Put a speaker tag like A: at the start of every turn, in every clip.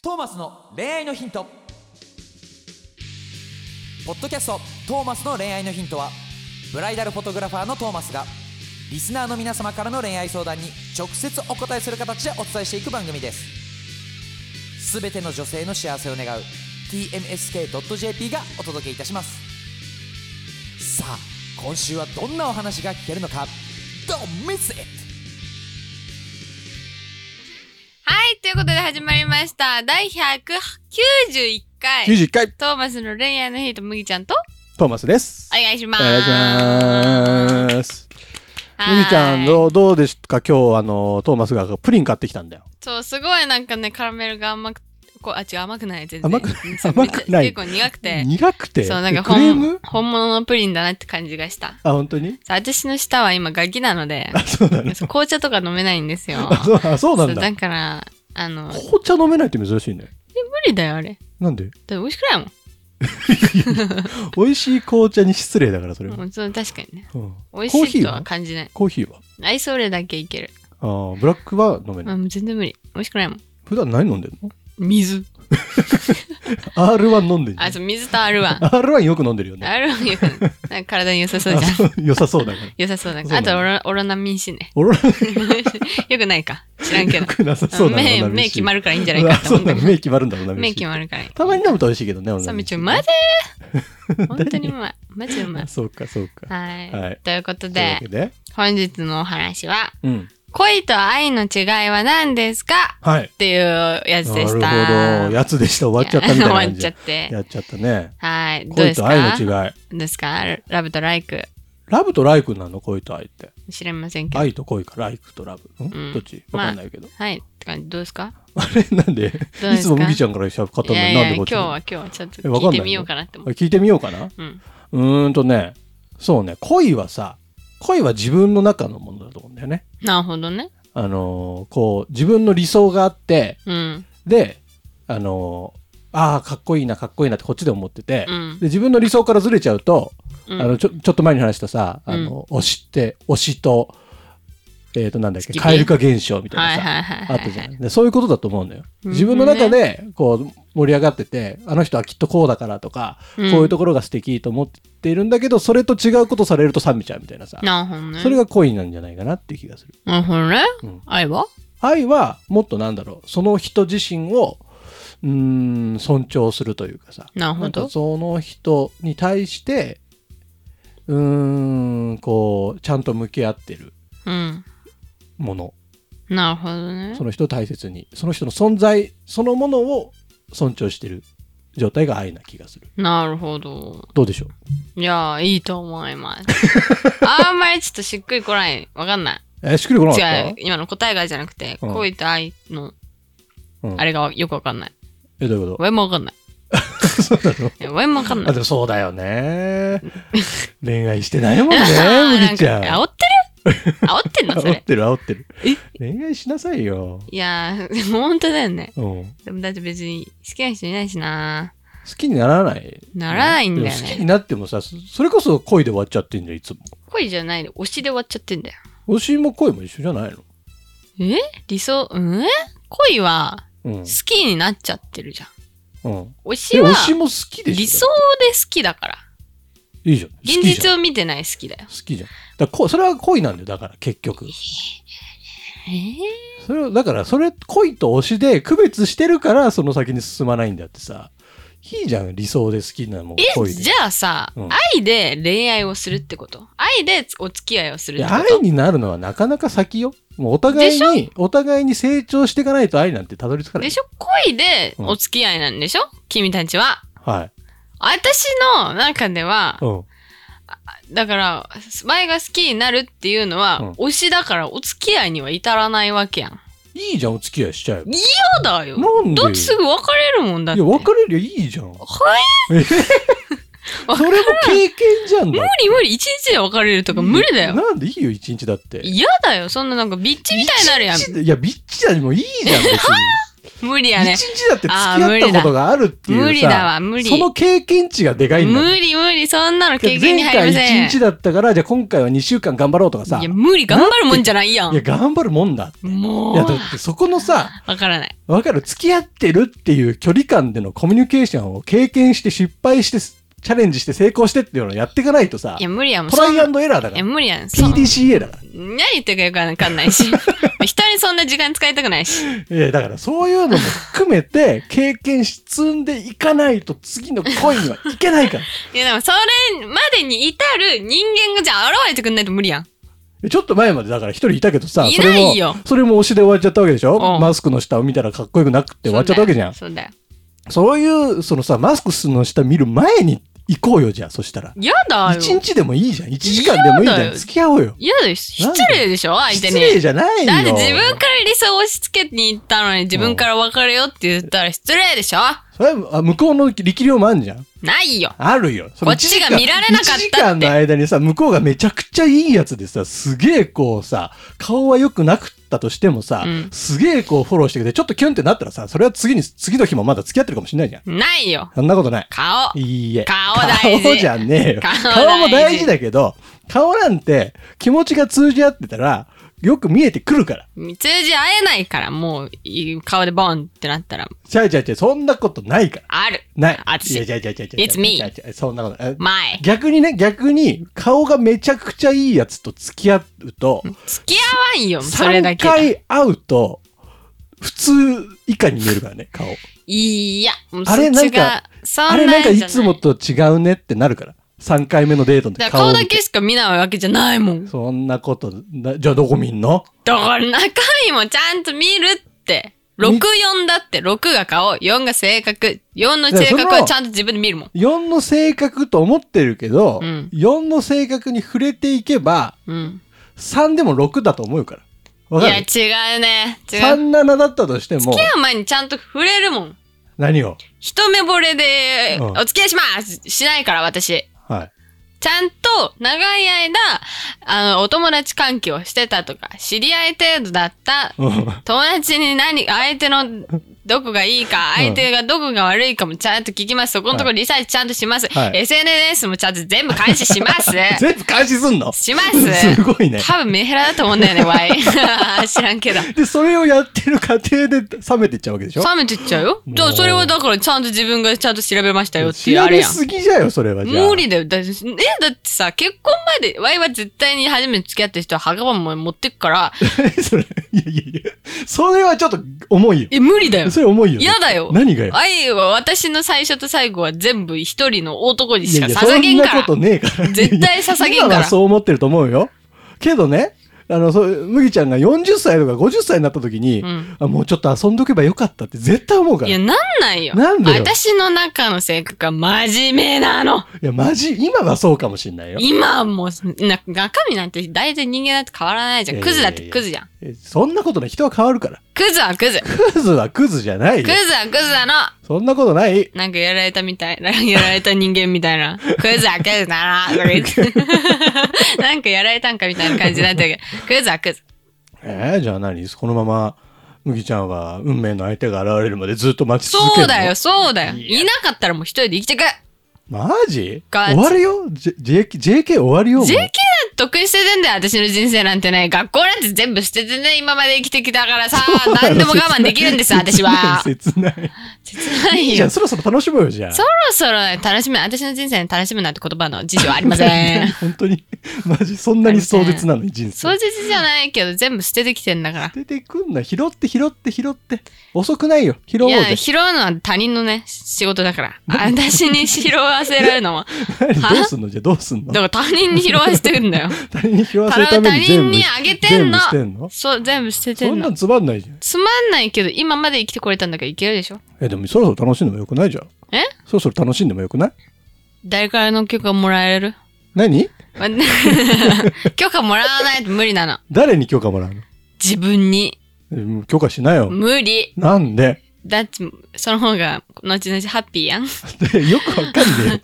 A: トーマスの恋愛のヒントポッドキャスト「トーマスの恋愛のヒントは」ブライダルフォトグラファーのトーマスがリスナーの皆様からの恋愛相談に直接お答えする形でお伝えしていく番組ですすべての女性の幸せを願う TMSK.jp がお届けいたしますさあ今週はどんなお話が聞けるのか Don't miss it!
B: はい、ということで始まりました。第191回。
C: 91回、
B: トーマスの恋愛のヒート、麦ちゃんと、
C: トーマスです
B: お。願いしま
C: お
B: す。
C: 願いします。
B: はい。
C: ゆりちゃんどう、どうでしたか今日、あの、トーマスがプリン買ってきたんだよ。
B: そう、すごいなんかね、カラメルが甘く、こう、あ、違う、甘くない、全然。
C: 甘く
B: そう
C: 甘くない
B: めっちゃ結構苦くて。
C: 苦くて。
B: そう、なんか
C: えクレー
B: 本
C: ム
B: 本物のプリンだなって感じがした。
C: あ、本当に
B: さ私の舌は今ガキなの で、
C: あ、そうなの
B: そう紅茶とか飲めないんですよ。
C: あそうあ、そうなん
B: そう
C: だ。
B: だから、あの、無
C: 紅茶飲めないって珍しいね。
B: 理だよ、あれ。だって
C: なんで
B: 美味しくないもん。
C: 美味しい紅茶に失礼だから、それは。
B: うん、そう確かにね。
C: うん
B: 美味
C: コー
B: し
C: ヒ
B: い
C: ー
B: とは
C: は
B: 感じない。
C: コーヒーは
B: アイソーレだけいける。
C: あーブラックは飲めない。
B: あもう全然無理。美味しくないもん。
C: 普段何飲んでんの
B: 水。
C: ?R1 飲んでんじゃ
B: あ、
C: ん
B: そう、水と R1。
C: R1 よく飲んでるよね。
B: R1 よくないなんか体に良さそう
C: あ
B: じ ゃん。
C: そう良さそうだから。
B: 良さそうだ
C: そう
B: か
C: な
B: あ
C: んだ
B: とオロオロナミン C ね。
C: オロナ
B: よくないか。知らんけ
C: よ
B: ど。
C: くなさ そうだな
B: 目、
C: オロナミン
B: 目
C: C
B: 決まるからいいんじゃないか
C: あ
B: って
C: そう
B: 思っ
C: な
B: た
C: の。目決まるんだろうな、
B: 目決
C: る。
B: まるからいい。
C: たまに飲むと美味しいけどね、オロナ
B: そう、
C: ミ
B: めっ
C: ン
B: ち
C: C
B: ゃうまいぜ 本当にうまい。マジでうまい。
C: そうか、そうか。
B: はい、
C: はい
B: ということ
C: という
B: で
C: わけ、で、
B: 本日のお話は、
C: うん。
B: 恋と愛の違いは何ですか
C: はい。
B: っていうやつ
C: な
B: で
C: るほ
B: した。
C: ど。やつでした。終わっちゃったみたいな感 じ。
B: 終わっちゃって。
C: やっちゃったね。
B: はい。どうで
C: 恋
B: す
C: と
B: か
C: 愛の違い。
B: どうですかラブとライク。
C: ラブとライクなの恋と愛って。
B: 知れませんけど。
C: 愛と恋か、ライクとラブ。
B: うん
C: んどっちわかんないけど。
B: はい。って感じ、どうですか
C: あれなんで
B: か
C: いつも麦ちゃんからしゃべったの
B: いやい
C: に
B: や
C: なんでこ
B: 今
C: っち
B: 日は今日はちょっと
C: えわか
B: 聞い
C: んない
B: て
C: の
B: みようかなって思う。
C: 聞いてみようかな。
B: うん。
C: うーんとね、そうね、恋はさ、恋は自分の中のものだと思うんだよね。
B: なるほどね。
C: あのーこう、自分の理想があって、
B: うん。
C: で、あのーああ、かっこいいな、かっこいいなってこっちで思ってて、
B: うん
C: で、自分の理想からずれちゃうと、
B: うん
C: あの、ちょ、ちょっと前に話したさ、あの、推しって、推しと、えっ、と、なんだっ
B: 好
C: け、
B: きね
C: 蛙化現象みた
B: はい
C: いなさ、
B: はいはいは
C: あ
B: い。
C: ったじゃん。で、そういうことだと思うのよ。
B: うん
C: 自分の中で、こう、盛り上がってて、あの人はきっとこうだからとか、
B: うん
C: こういうところが素敵と思っているんだけど、それと違うことされると冷めちゃうみたいなさ、
B: なるほどね。
C: それが恋なんじゃないかなっていう気がする。
B: なるほどね
C: うん。
B: 愛は
C: 愛はもっとなんだろうその人自身をうーん尊重するというかさ
B: なる
C: な
B: ほ
C: んか
B: ど。
C: その人に対してうーんこうちゃんと向き合ってる
B: うん。
C: もの
B: なるほどね
C: そ。の人を大切にその人の存在そのものを尊重してる状態が愛な気がする
B: なるほど。
C: どうでしょう
B: いやー、いいと思い ます。あんまりちょっとしっくりこない。わかんない。
C: えーしっくりこなかった
B: 違う。今の答えがじゃなくて、
C: うん
B: 恋と愛の
C: う、ん
B: あれがよくわかんない。
C: えどういうこ
B: 俺もわかんない。
C: と そうなの
B: いや俺もわかんな
C: あ
B: い。
C: でもそうだ よね恋愛してないもんね
B: なん
C: 麦
B: か
C: ちゃん
B: 煽 ってる煽ってんのそ
C: 煽
B: れ
C: っ。てる煽ってる恋愛しなさいよ
B: いやー、本当だよね。
C: うん
B: でもだって別に好きな人いないしな。
C: 好きにならない。
B: ならないんだよね
C: でも好きになってもさ、そそれこそ恋で終わっちゃってんじゃん、いつも。
B: 恋じゃないで、推しで終わっちゃってんだよ。
C: 推しも恋も一緒じゃないの
B: え理想、うん恋は
C: うん。
B: 好きになっちゃってるじゃん。
C: うん。
B: 推し
C: え、
B: は
C: 推しも好きでしょ
B: 理想で好きだから。
C: いいじゃん。好
B: 現
C: きじ
B: 実
C: ゃん。好
B: を見てない好きだよ。
C: きじゃん。だからこそれは恋なんだよ、だから結局。
B: えー、
C: それをだから、それ、恋と推しで区別してるから、その先に進まないんだってさ。いいじゃん、理想で好きなのもん
B: え
C: 恋で。
B: じゃあさ、
C: うん
B: 愛で恋愛をするってこと愛でお付き合いをするって
C: いや
B: こ
C: 愛
B: と
C: になるのはなかなか先よ。もうお互い
B: で
C: に、お互いに成長していかないと愛なんてたどり着かない。
B: でしょ恋でお付き合いなんでしょ、君たちは。
C: はい。
B: 私の中では、
C: うん。
B: だから、前が好きになるっていうのは、
C: うん
B: 推しだからお付き合いには至らないわけやん。
C: いいじゃん、お付き合いしちゃえば。
B: そうだよ。
C: なんで
B: だってすぐ別れるもんだっ
C: い
B: て。
C: や、
B: 無理
C: 別れりゃいいじゃん。え
B: 別
C: それも経験じゃんだって。
B: 無理、一日で別れるとか無理だよ。
C: なんでいいよ、一日だって。
B: 嫌だよ。そんななんかビッチみたいになるやん。
C: 一日でいや、ビッチだにもいいじゃん、別に。
B: 無理
C: 一
B: やね。
C: 日だって付き合ったことがあるっていうさ、
B: 無理だわ、無理。
C: その経験値がでかいんだ
B: 無
C: もん。
B: 理無理、そんなの経験に
C: 前
B: 入
C: 回
B: りません。
C: 1日だったから、じゃあ今回は2週間頑張ろうとかさ。
B: いや、無理、頑張るもんじゃないやん。
C: いや、頑張るもんだ。
B: も、
C: いうや、だってそこのさ、
B: わからない。
C: わかる付き合ってるっていう距離感でのコミュニケーションを経験して失敗して、チャレンジして成功してっていうのをやっていかないとさ
B: い、や、無理やもん。
C: トラ
B: そん
C: イ
B: な
C: アンドエラーだ
B: い
C: か
B: や、
C: ら。
B: 無理やん。そう
C: PDCA だか
B: 何言ってるかよくわかん ないし。人にそんな時間使いたくないし。
C: ら。いや、だからそういうのも含めて、経験し積んでいかないと次の恋にはいけないから。
B: いや、でも、それまでに至る人間がじゃあ現れてくんないと無理やん。
C: ちょっと前までだから一人いたけどさ、
B: い
C: そ
B: な
C: れも
B: いよ、
C: それも推しで終わっちゃったわけでしょ
B: うん
C: マスクの下を見たらかっこよくなくって終わっちゃったわけじゃん。
B: そうだよ。
C: そういう、そのさ、マスクの下見る前に行こうよ、じゃあ、そしたら。
B: やだよ。
C: 一日でもいいじゃん。一時間でもいいじ
B: 嫌
C: ゃ
B: だ
C: ん。
B: よ
C: 付き合おうよ。
B: 嫌だよ。失礼でしょ相手
C: 失
B: に。
C: 礼じゃないよ。
B: だって自分から理想を押し付けに行ったのに自分から別れよって言ったら失礼でしょ
C: それはあ向こうの力量もあるじゃん。
B: ないよ。
C: あるよ。その
B: こっちが
C: 一時間
B: 見られなかったって
C: 一時間の間にさ、向こうがめちゃくちゃいいやつでさ、すげえこうさ、顔は良くなくったとしてもさ、
B: うん
C: すげえこうフォローしてきて、ちょっとキュンってなったらさ、それは次に、次の日もまだ付き合ってるかもしれないじゃん。
B: ないよ。
C: そんなことない。
B: 顔。
C: いいえ。
B: 顔大事
C: 顔じゃねえよ。
B: 顔大事
C: 顔も大事だけど、顔なんて気持ちが通じ合ってたら、よく見えてくるから。
B: 通じ合えないから、もういい、顔でボンってなったら、
C: ちゃいちゃいちゃい、そんなことないから。
B: ある。
C: ない。
B: あ
C: いや
B: 私
C: い、やいやいやいや
B: It's me.
C: いやいやそんなことない。
B: 前。
C: 逆にね、逆に、顔がめちゃくちゃいいやつと付き合うと、
B: 付き合わんよ、それだ
C: 3
B: けで。
C: 回会うと、普通以下に見えるからね、顔。
B: いや、もう
C: あれ
B: そっちがそ
C: あ
B: ん
C: れ
B: な
C: なんん
B: じ
C: か
B: ゃ
C: い
B: ない
C: つもと違うねってなるから。3回目のデートの
B: だ
C: 時
B: から
C: 顔を
B: 顔
C: 見
B: だ
C: て
B: けしか見ないわけじゃないもん。だ
C: そんなことな、じゃあどこ見んの
B: から中身もちゃんと見るって。
C: み
B: 64だって、6が顔、4が性格、4の性格はちゃんと自分で見るもん。
C: 4の性格と思ってるけど、
B: うん
C: 4の性格に触れていけば
B: うん。
C: 3でも6だと思うからわ
B: い
C: か
B: や、
C: る
B: 違うね。違う。
C: 37だったとしても
B: 付き合う前にちゃんと触れるもん。
C: 何を
B: 一目惚れで、
C: うん
B: お付き合いしますしないから、私。
C: はい
B: ちゃんと長い間、あの、お友達関係をしてたとか、知り合い程度だった、
C: うん
B: 友達に何、相手のどこがいいか、
C: うん
B: 相手がどこが悪いかもちゃんと聞きます。そこのところリサーチちゃんとします。
C: はい。
B: SNS もちゃんと全部監視します
C: 全部監視すんの
B: します
C: すごいね
B: 多分メンヘラだと思うんだよね、ワ イ。知らんけど。
C: でそれをやってる過程で冷めていっちゃうわけでしょ
B: 冷めてっちゃうよ。
C: もう
B: じゃあ、それはだからちゃんと自分がちゃんと調べましたよっていう
C: 調
B: あれ
C: べ
B: やん。
C: すぎじゃよそれはじゃあ
B: 無理だよ。だえ、だってさ、結婚まで、ワイは絶対に初めて付き合った人は墓場も持ってくから、
C: それいやいやいやそれはちょっと重いよ
B: え、無理 だよ。
C: それ重いよ
B: 嫌だよ。
C: 何がよ
B: 愛は私の最初と最後は全部一人の男に
C: い
B: しか
C: やいや
B: 捧げんか
C: そんな
B: ら
C: こ。とねえから。
B: 絶対捧げんから
C: 今はそう思ってると思うよ。けどね、あの、そう、麦ちゃんが40歳とか50歳になった時に、
B: うん
C: あもうちょっと遊んどけばよかったって絶対思うから。
B: い
C: い
B: や、
C: や、
B: なんないよ。
C: なんでよ
B: 私の中の性格は真面目なの。
C: マジ、今はそうかもしんないよ。
B: 今はもう、な中身なんて大体人間だって変わらないじゃん。
C: いや
B: ク
C: い
B: ズ
C: やい
B: だ
C: やいや
B: ってクズじゃん。
C: えそんなことない。人は変わるから。
B: クズはクズ。
C: クズはクズじゃないよ
B: ク。ズはクズなの。
C: そんなことない。
B: なんかやられたみたい、やられた人間みたいな、クズはクズだな、とか言 って。なんかやられたんかみたいな感じになったけど、クズはクズ。
C: えー、じゃあ何このまま、麦ちゃんは運命の相手が現れるまでずっと待ち続け
B: そ
C: るの
B: うだよ、。そうだよ。
C: いや
B: いなかったらもう一人で生きてく
C: マジ
B: ガチ
C: 終わるよ J- ?JK、JK 終わるよもう
B: JK だって得しててんだよ、私の人生なんてね。学校なんて全部捨ててね、今まで生きてきたからさ、何でも我慢できるんです、私 は。
C: 切ない。
B: 切ない
C: いいじゃ
B: よ。
C: ん、
B: そ
C: そろそろ楽しもうよ、じゃあ。
B: ろそろね楽しむ、私の人生に楽しむなんて言葉の辞書はありませ ん。
C: 本当に、マジ、そんなに壮絶なのに人
B: そう
C: 生。
B: 実じゃないけど、全部捨ててきてんだから。
C: 出てくんな、拾って拾って拾って。遅くないよ、拾おう
B: いや、
C: ぜ。
B: 拾うのは他人のね、仕事だから。私に拾わせられる のは。
C: 何
B: は
C: どうすんのじゃあどうすんの
B: だから他人に拾わせてるん だよ。
C: 他人に拾わせ
B: 他
C: るため
B: 他
C: に全
B: 人
C: 部
B: にあげてんの
C: 全部してんの
B: そう、全部捨てて
C: そ
B: ん
C: んな
B: の
C: ん。つまんないじゃん。
B: つまんないけど、今まで生きてこれたんだからいけるでしょ
C: え、でもそろそろ楽しんでもよくないじゃん。
B: え
C: そろそろ楽しんでもよくない
B: 誰からの許可もらえる
C: 何
B: 許可もらわないと無理なの。
C: 誰に許可もらうの
B: 自分に。
C: えもう許可しなよ。
B: 無理。
C: なんで
B: だって、その方が、後々ハッピーやん。後
C: でよくわかんねえよ。ハ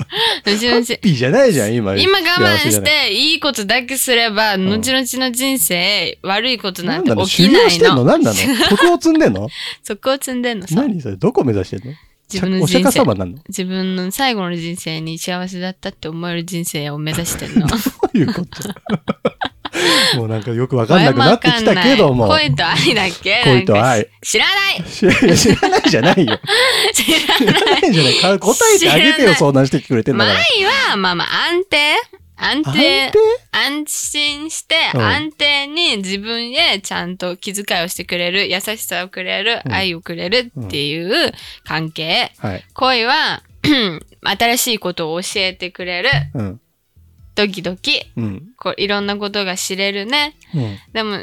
B: 々。
C: ッピーじゃないじゃん、今。
B: 今我慢
C: 幸せじ
B: し
C: ゃない。
B: て、いいことだけすれば、
C: ん
B: 後々の人生、悪いことな
C: なんん
B: て
C: なの
B: 起
C: 修
B: き
C: 行
B: ない
C: してんの
B: の。
C: 何なの徳を積んでんの
B: そこを積んでんのさ。
C: 何それどこ目指してんの
B: 自分の
C: お釈迦
B: 人生
C: 様なのど
B: 自分の最後の人生に幸せだったって思える人生を目指して んの。
C: ういうこともうなんかよくわかんなくなってきたけ ども。
B: 恋と愛だっけ
C: 恋と愛
B: なんか知らない
C: 知らいや知らないじゃないよ。
B: 知ら
C: 知らないじゃない。か答えてあげ
B: 知らな
C: てよ、
B: い
C: 相談してくれてんだ
B: な
C: か
B: い
C: ら。。
B: 愛は、まあまあ安定安
C: 安
B: 定
C: 定
B: 安心して、
C: うん
B: 安定に自分へちゃんと気遣いをしてくれる、優しさをくれる、
C: うん
B: 愛をくれるっていう関係。
C: はい。
B: 恋は、 新しいことを教えてくれる、
C: うん。
B: ドキドキ、
C: うん。
B: こういろんなことが知れるね。
C: うん。
B: でも、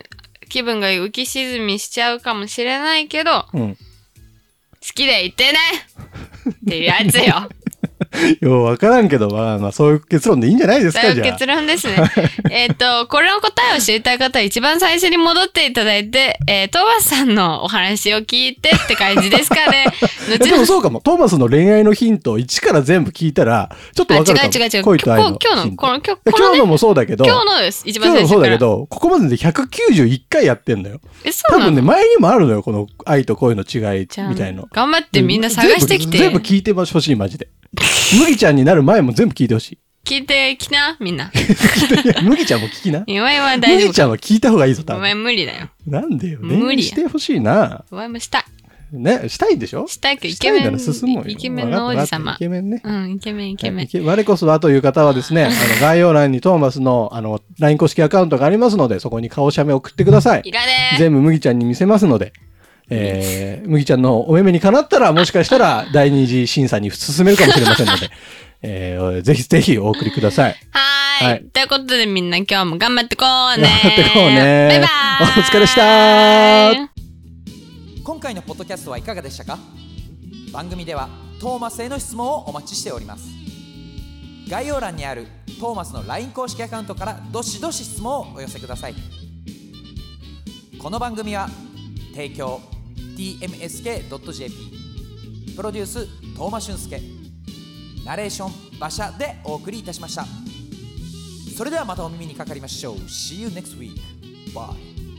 B: 気分が浮き沈みしちゃうかもしれないけど、
C: うん。
B: 好きでいてねっていうやつ よ。
C: ようわからんけど、まあまあ、そういう結論でいいんじゃないです
B: そう
C: か、
B: い
C: じ
B: う
C: ゃあ
B: 結。論です ね。えっと、これの答えを知りたい方は一番最初に戻っていただいて、えー、トーマスさんのお話を聞いてって感じですか ね。
C: え
B: 後
C: でも
B: 々
C: そうかも。トーマスの恋愛のヒントを一から全部聞いたら、ちょっと
B: あ、違
C: わかるかも。
B: う違う違う。
C: 恋と愛の
B: 今日今日
C: ヒ
B: の、
C: ン
B: こ
C: ト
B: の今日、
C: え
B: こ
C: 今
B: の
C: 日の
B: ね、
C: もそうだけど、
B: 今日のです一
C: 今
B: 番
C: 日
B: 最
C: も
B: 初
C: そう
B: か
C: だ
B: ら。
C: けど、ここまでで191回やってんだよ。
B: え、そ
C: 多
B: うな
C: 分ね、
B: の
C: 前にもあるのよ、この愛と恋の違い
B: じゃあ
C: みたいの。
B: 頑張ってみんな探してきて。
C: 全部全部聞いてほしい、マジで。麦ちゃんになる前も全部聞いてほしい。
B: 聞いてきな、みんな。
C: いや麦ちゃんも聞きな。
B: お前は大丈
C: 麦
B: 夫
C: ち
B: か。
C: ゃんは聞いた方がいいぞ、多
B: お前
C: 分。
B: 無理だよ。
C: なんでよ、
B: 無理や
C: 恋愛してほしいな。
B: お前もしたい。
C: ね、したいんでしょ
B: したいけどイ
C: し
B: ケ
C: たい
B: メ
C: な
B: ン
C: ら進もうよ。
B: イケメンの王子
C: わかったわ
B: 様
C: かったイケメンね。
B: うんイケメンイケメ
C: はい
B: ン
C: いけ我こそはという方はですね、あの概要欄にトーマスのあの LINE 公式アカウントがありますので、そこに顔写メ送ってください
B: い。らねえ
C: 全部麦ちゃんに見せますので、えー、麦ちゃんのお目目にかなったら、もしかしたら第二次審査に進めるかもしれませんので、えー、ぜひぜひお送りください。
B: はーい
C: はい
B: ということでみんな今日も頑張ってこうね
C: 頑張ってこうね
B: バイバ
C: お
B: ーイ
C: 疲れした
A: 今回のポッドキャストはいかがでしたか番組ではトーマスへの質問をお待ちしております概要欄にあるトーマスの LINE 公式アカウントからどしどし質問をお寄せくださいこの番組は提供 tmsk.jp プロデューストーマ俊介ナレーション馬車でお送りいたしましたそれではまたお耳にかかりましょう See you next week Bye